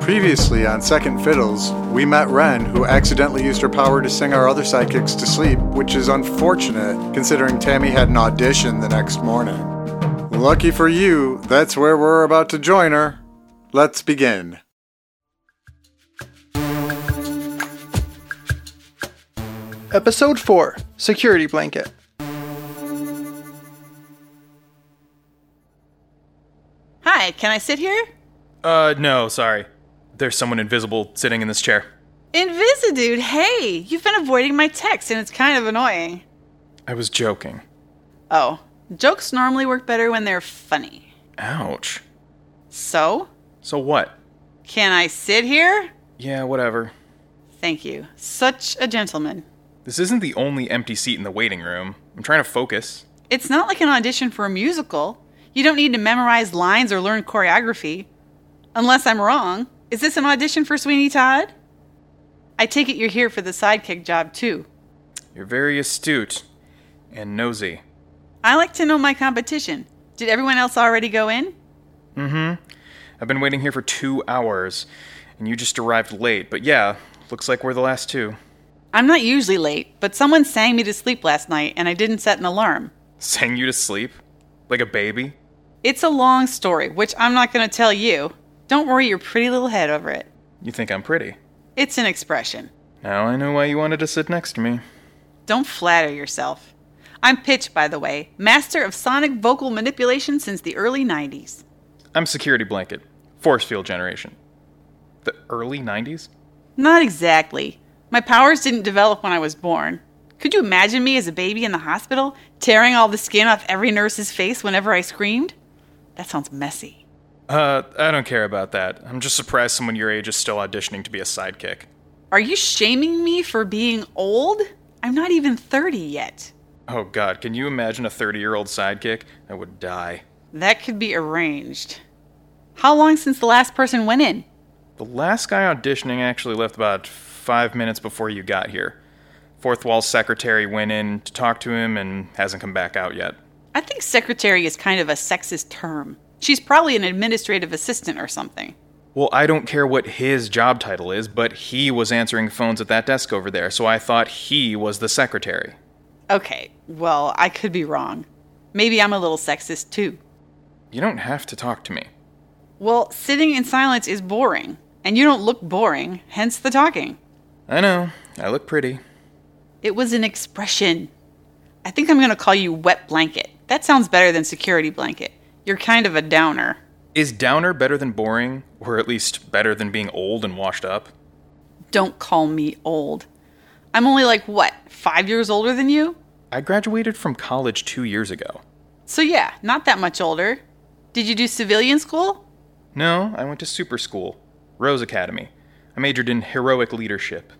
Previously on Second Fiddles, we met Ren, who accidentally used her power to sing our other sidekicks to sleep, which is unfortunate considering Tammy had an audition the next morning. Lucky for you, that's where we're about to join her. Let's begin. Episode 4 Security Blanket. Hi, can I sit here? Uh, no, sorry. There's someone invisible sitting in this chair. Invisidude, hey! You've been avoiding my text and it's kind of annoying. I was joking. Oh, jokes normally work better when they're funny. Ouch. So, So what? can I sit here? Yeah, whatever. Thank you. Such a gentleman. This isn't the only empty seat in the waiting room. I'm trying to focus. It's not like an audition for a musical. You don't need to memorize lines or learn choreography. Unless I'm wrong. Is this an audition for Sweeney Todd? I take it you're here for the sidekick job, too. You're very astute and nosy. I like to know my competition. Did everyone else already go in? I've been waiting here for two hours, and you just arrived late, but yeah, looks like we're the last two. I'm not usually late, but someone sang me to sleep last night and I didn't set an alarm. Sang you to sleep? Like a baby? It's a long story, which I'm not going to tell you. Don't worry your pretty little head over it. You think I'm pretty. It's an expression. Now I know why you wanted to sit next to me. Don't flatter yourself. I'm Pitch, by the way, master of sonic vocal manipulation since the early 90s. I'm Security Blanket, Force Field Generation. The early 90s? Not exactly. My powers didn't develop when I was born. Could you imagine me as a baby in the hospital, tearing all the skin off every nurse's face whenever I screamed? That sounds messy. Uh, I don't care about that. I'm just surprised someone your age is still auditioning to be a sidekick. Are you shaming me for being old? I'm not even 30 yet. Oh god, can you imagine a 30 year old sidekick? I would die. That could be arranged. How long since the last person went in? The last guy auditioning actually left about five minutes before you got here. Fourth Wall secretary went in to talk to him and hasn't come back out yet. I think secretary is kind of a sexist term. She's probably an administrative assistant or something. Well, I don't care what his job title is, but he was answering phones at that desk over there, so I thought he was the secretary. Okay, well, I could be wrong. Maybe I'm a little sexist too. You don't have to talk to me. Well, sitting in silence is boring, and you don't look boring, hence the talking. I know, I look pretty. It was an expression. I think I'm gonna call you wet blanket. That sounds better than security blanket. You're kind of a downer. Is downer better than boring, or at least better than being old and washed up? Don't call me old. I'm only like, what, five years older than you? I graduated from college two years ago. So, yeah, not that much older. Did you do civilian school? No, I went to super school, Rose Academy. I majored in heroic leadership.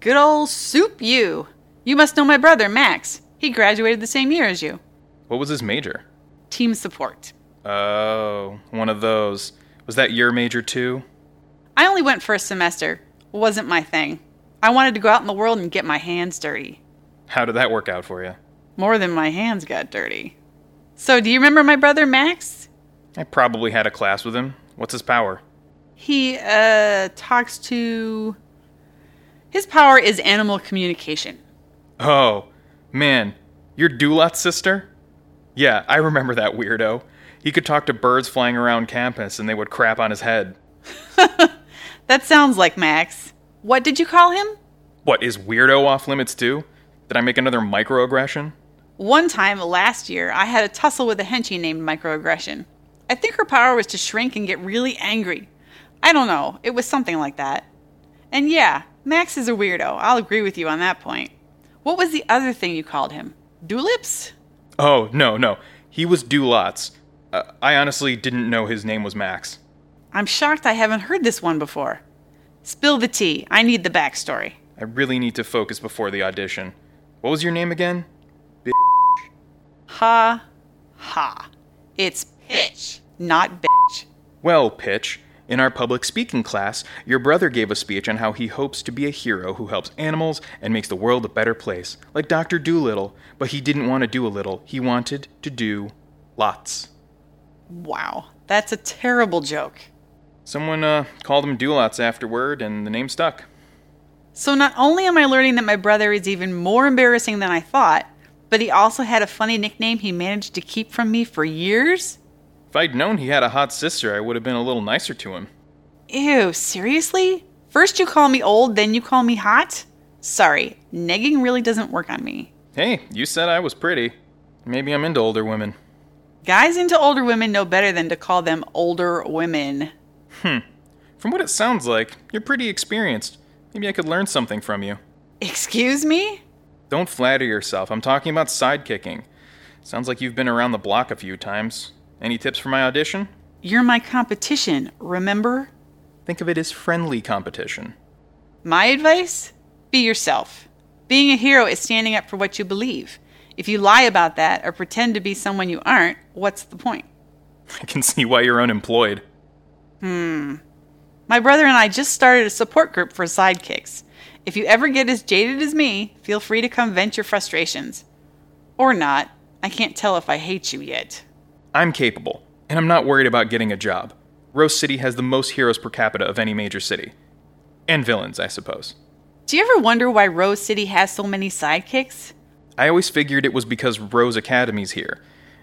Good old soup, you. You must know my brother, Max. He graduated the same year as you. What was his major? Team support. Oh, one of those. Was that your major too? I only went for a semester. Wasn't my thing. I wanted to go out in the world and get my hands dirty. How did that work out for you? More than my hands got dirty. So, do you remember my brother, Max? I probably had a class with him. What's his power? He, uh, talks to. His power is animal communication. Oh, man, your Dulat's sister? Yeah, I remember that weirdo. He could talk to birds flying around campus and they would crap on his head. That sounds like Max. What did you call him? What, is weirdo off limits too? Did I make another microaggression? One time last year, I had a tussle with a henchie named Microaggression. I think her power was to shrink and get really angry. I don't know, it was something like that. And yeah, Max is a weirdo. I'll agree with you on that point. What was the other thing you called him? Doolips? Oh, no, no. He was Dulots. Uh, I honestly didn't know his name was Max. I'm shocked I haven't heard this one before. Spill the tea. I need the backstory. I really need to focus before the audition. What was your name again? Ha. Ha. It's pitch, not bitch. Well, Pitch, in our public speaking class, your brother gave a speech on how he hopes to be a hero who helps animals and makes the world a better place, like Dr. Doolittle, but he didn't want to do a little. He wanted to do lots. Wow, that's a terrible joke. Someone uh, called him Dulots afterward, and the name stuck. So not only am I learning that my brother is even more embarrassing than I thought, but he also had a funny nickname he managed to keep from me for years? If I'd known he had a hot sister, I would have been a little nicer to him. Ew, seriously? First you call me old, then you call me hot? Sorry, negging really doesn't work on me. Hey, you said I was pretty. Maybe I'm into older women. Guys into older women know better than to call them older women. From what it sounds like, you're pretty experienced. Maybe I could learn something from you. Excuse me? Don't flatter yourself. I'm talking about sidekicking. Sounds like you've been around the block a few times. Any tips for my audition? You're my competition, remember? Think of it as friendly competition. My advice? Be yourself. Being a hero is standing up for what you believe. If you lie about that or pretend to be someone you aren't, what's the point? I can see why you're unemployed. My brother and I just started a support group for sidekicks. If you ever get as jaded as me, feel free to come vent your frustrations. Or not. I can't tell if I hate you yet. I'm capable, and I'm not worried about getting a job. Rose City has the most heroes per capita of any major city. And villains, I suppose. Do you ever wonder why Rose City has so many sidekicks? I always figured it was because Rose Academy's here,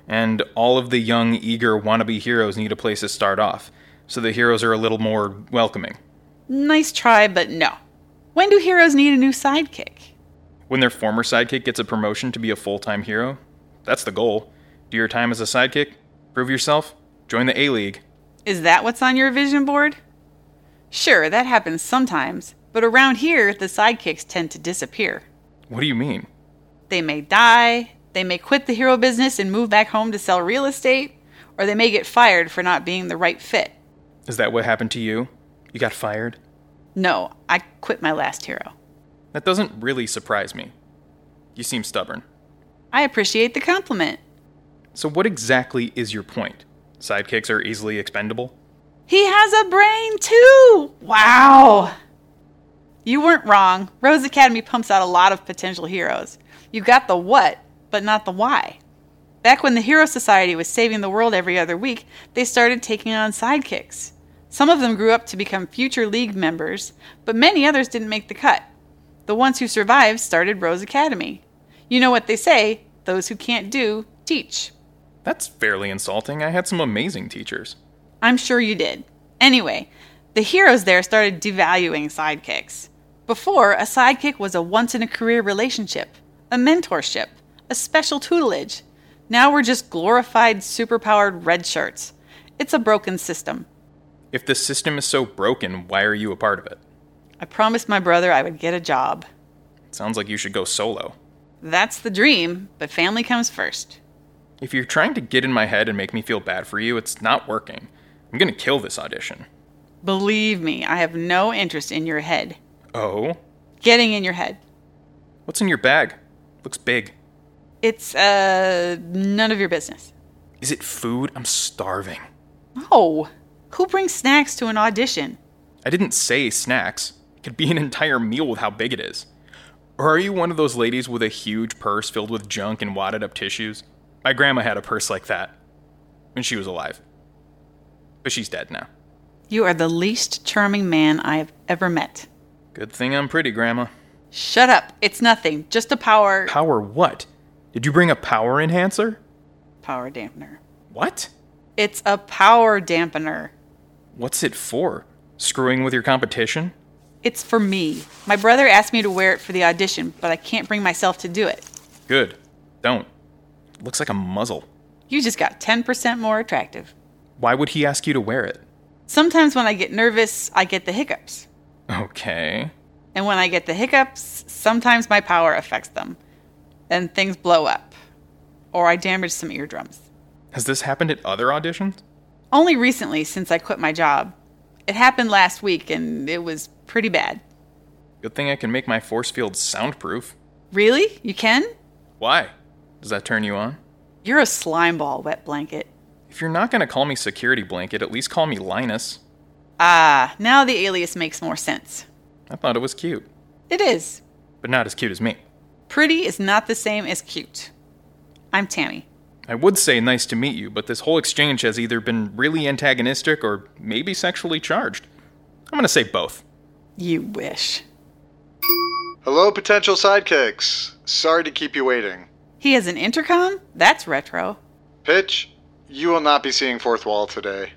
and all of the young, eager, wannabe heroes need a place to start off, so the heroes are a little more welcoming. Nice try, but no. When do heroes need a new sidekick? When their former sidekick gets a promotion to be a full time hero, that's the goal. Do your time as a sidekick, prove yourself, join the A League. Is that what's on your vision board? Sure, that happens sometimes, but around here, the sidekicks tend to disappear. What do you mean? They may die, they may quit the hero business and move back home to sell real estate, or they may get fired for not being the right fit. Is that what happened to you? You got fired? No, I quit my last hero. That doesn't really surprise me. You seem stubborn. I appreciate the compliment. So, what exactly is your point? Sidekicks are easily expendable? He has a brain too! Wow! You weren't wrong. Rose Academy pumps out a lot of potential heroes. You got the what, but not the why. Back when the Hero Society was saving the world every other week, they started taking on sidekicks. Some of them grew up to become future league members, but many others didn't make the cut. The ones who survived started Rose Academy. You know what they say those who can't do, teach. That's fairly insulting. I had some amazing teachers. I'm sure you did. Anyway, the heroes there started devaluing sidekicks. Before, a sidekick was a once in a career relationship, a mentorship, a special tutelage. Now we're just glorified, superpowered red shirts. It's a broken system. If the system is so broken, why are you a part of it? I promised my brother I would get a job. Sounds like you should go solo. That's the dream, but family comes first. If you're trying to get in my head and make me feel bad for you, it's not working. I'm gonna kill this audition. Believe me, I have no interest in your head. Oh? Getting in your head. What's in your bag? Looks big. It's, uh, none of your business. Is it food? I'm starving. No. Who brings snacks to an audition? I didn't say snacks. It could be an entire meal with how big it is. Or are you one of those ladies with a huge purse filled with junk and wadded up tissues? My grandma had a purse like that when she was alive. But she's dead now. You are the least charming man I have ever met. Good thing I'm pretty, Grandma. Shut up. It's nothing. Just a power. Power what? Did you bring a power enhancer? Power dampener. What? It's a power dampener. What's it for? Screwing with your competition? It's for me. My brother asked me to wear it for the audition, but I can't bring myself to do it. Good. Don't. Looks like a muzzle. You just got 10% more attractive. Why would he ask you to wear it? Sometimes when I get nervous, I get the hiccups. Okay. And when I get the hiccups, sometimes my power affects them. And things blow up. Or I damage some eardrums. Has this happened at other auditions? Only recently since I quit my job. It happened last week and it was pretty bad. Good thing I can make my force field soundproof. Really? You can? Why? Does that turn you on? You're a slime ball, wet blanket. If you're not gonna call me security blanket, at least call me Linus. Ah, now the alias makes more sense. I thought it was cute, It is. but not as cute as me. Pretty is not the same as cute. I'm Tammy. I would say nice to meet you, but this whole exchange has either been really antagonistic or maybe sexually charged. I'm gonna say both. You wish. Hello, potential sidekicks. Sorry to keep you waiting. He has an intercom? That's retro. Pitch, you will not be seeing Fourth Wall today.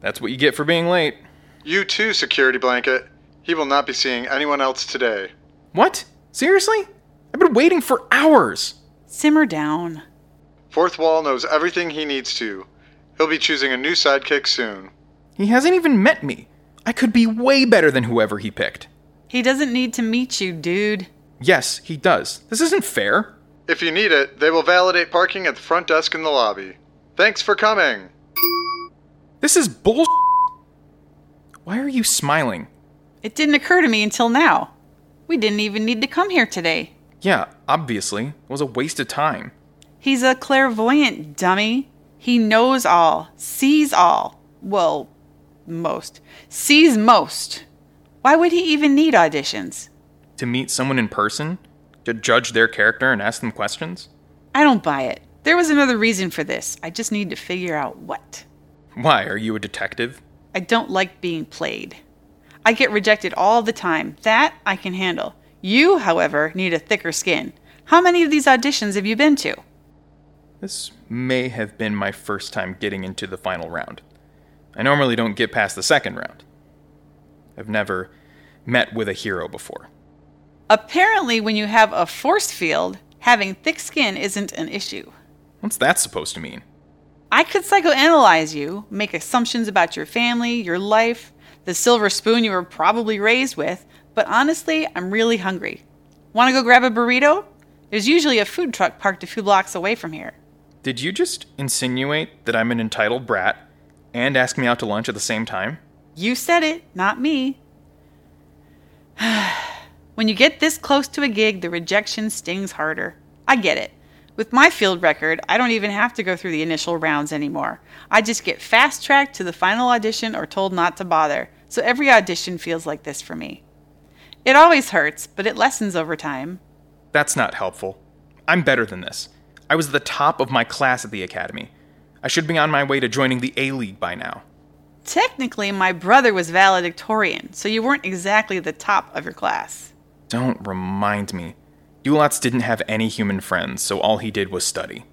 That's what you get for being late. You too, Security Blanket. He will not be seeing anyone else today. What? Seriously? I've been waiting for hours! Simmer down. Fourth Wall knows everything he needs to. He'll be choosing a new sidekick soon. He hasn't even met me. I could be way better than whoever he picked. He doesn't need to meet you, dude. Yes, he does. This isn't fair. If you need it, they will validate parking at the front desk in the lobby. Thanks for coming. This is bull. Why are you smiling? It didn't occur to me until now. We didn't even need to come here today. Yeah, obviously. It was a waste of time. He's a clairvoyant dummy. He knows all, sees all. Well, most. Sees most. Why would he even need auditions? To meet someone in person? To judge their character and ask them questions? I don't buy it. There was another reason for this. I just need to figure out what. Why? Are you a detective? I don't like being played. I get rejected all the time. That I can handle. You, however, need a thicker skin. How many of these auditions have you been to? This may have been my first time getting into the final round. I normally don't get past the second round. I've never met with a hero before. Apparently, when you have a force field, having thick skin isn't an issue. What's that supposed to mean? I could psychoanalyze you, make assumptions about your family, your life, the silver spoon you were probably raised with, but honestly, I'm really hungry. Want to go grab a burrito? There's usually a food truck parked a few blocks away from here. Did you just insinuate that I'm an entitled brat and ask me out to lunch at the same time? You said it, not me. when you get this close to a gig, the rejection stings harder. I get it. With my field record, I don't even have to go through the initial rounds anymore. I just get fast tracked to the final audition or told not to bother, so every audition feels like this for me. It always hurts, but it lessens over time. That's not helpful. I'm better than this. I was the top of my class at the academy. I should be on my way to joining the A League by now. Technically, my brother was valedictorian, so you weren't exactly the top of your class. Don't remind me. Dulots didn't have any human friends, so all he did was study.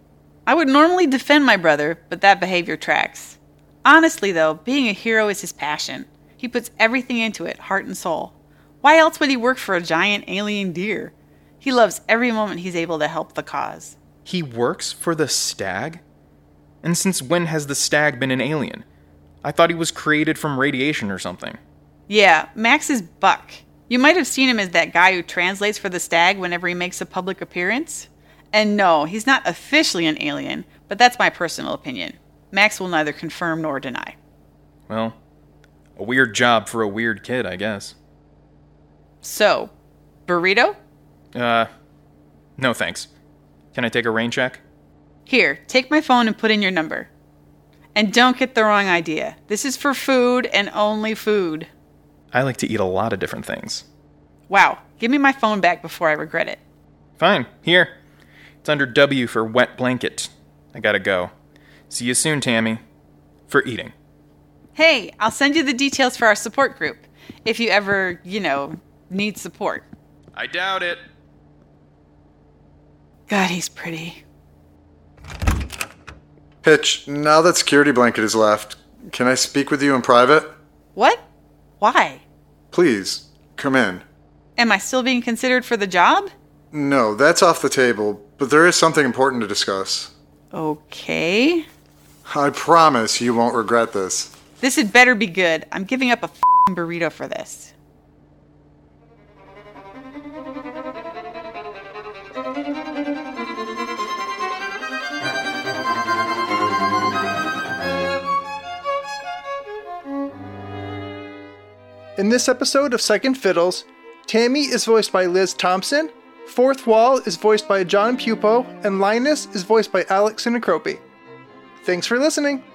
I would normally defend my brother, but that behavior tracks. Honestly, though, being a hero is his passion. He puts everything into it, heart and soul. Why else would he work for a giant alien deer? He loves every moment he's able to help the cause. He works for the stag? And since when has the stag been an alien? I thought he was created from radiation or something. Yeah, Max is Buck. You might have seen him as that guy who translates for the stag whenever he makes a public appearance. And no, he's not officially an alien, but that's my personal opinion. Max will neither confirm nor deny. Well, a weird job for a weird kid, I guess. So, burrito? Uh, no thanks. Can I take a rain check? Here, take my phone and put in your number. And don't get the wrong idea. This is for food and only food. I like to eat a lot of different things. Wow, give me my phone back before I regret it. Fine, here. It's under W for wet blanket. I gotta go. See you soon, Tammy. For eating. Hey, I'll send you the details for our support group if you ever, you know, need support. I doubt it. God, he's pretty. Pitch, now that Security Blanket is left, can I speak with you in private? What? Why? Please, come in. Am I still being considered for the job? No, that's off the table, but there is something important to discuss. Okay. I promise you won't regret this. This had better be good. I'm giving up a fing burrito for this. In this episode of Second Fiddles, Tammy is voiced by Liz Thompson, Fourth Wall is voiced by John Pupo, and Linus is voiced by Alex Sinacropi. Thanks for listening.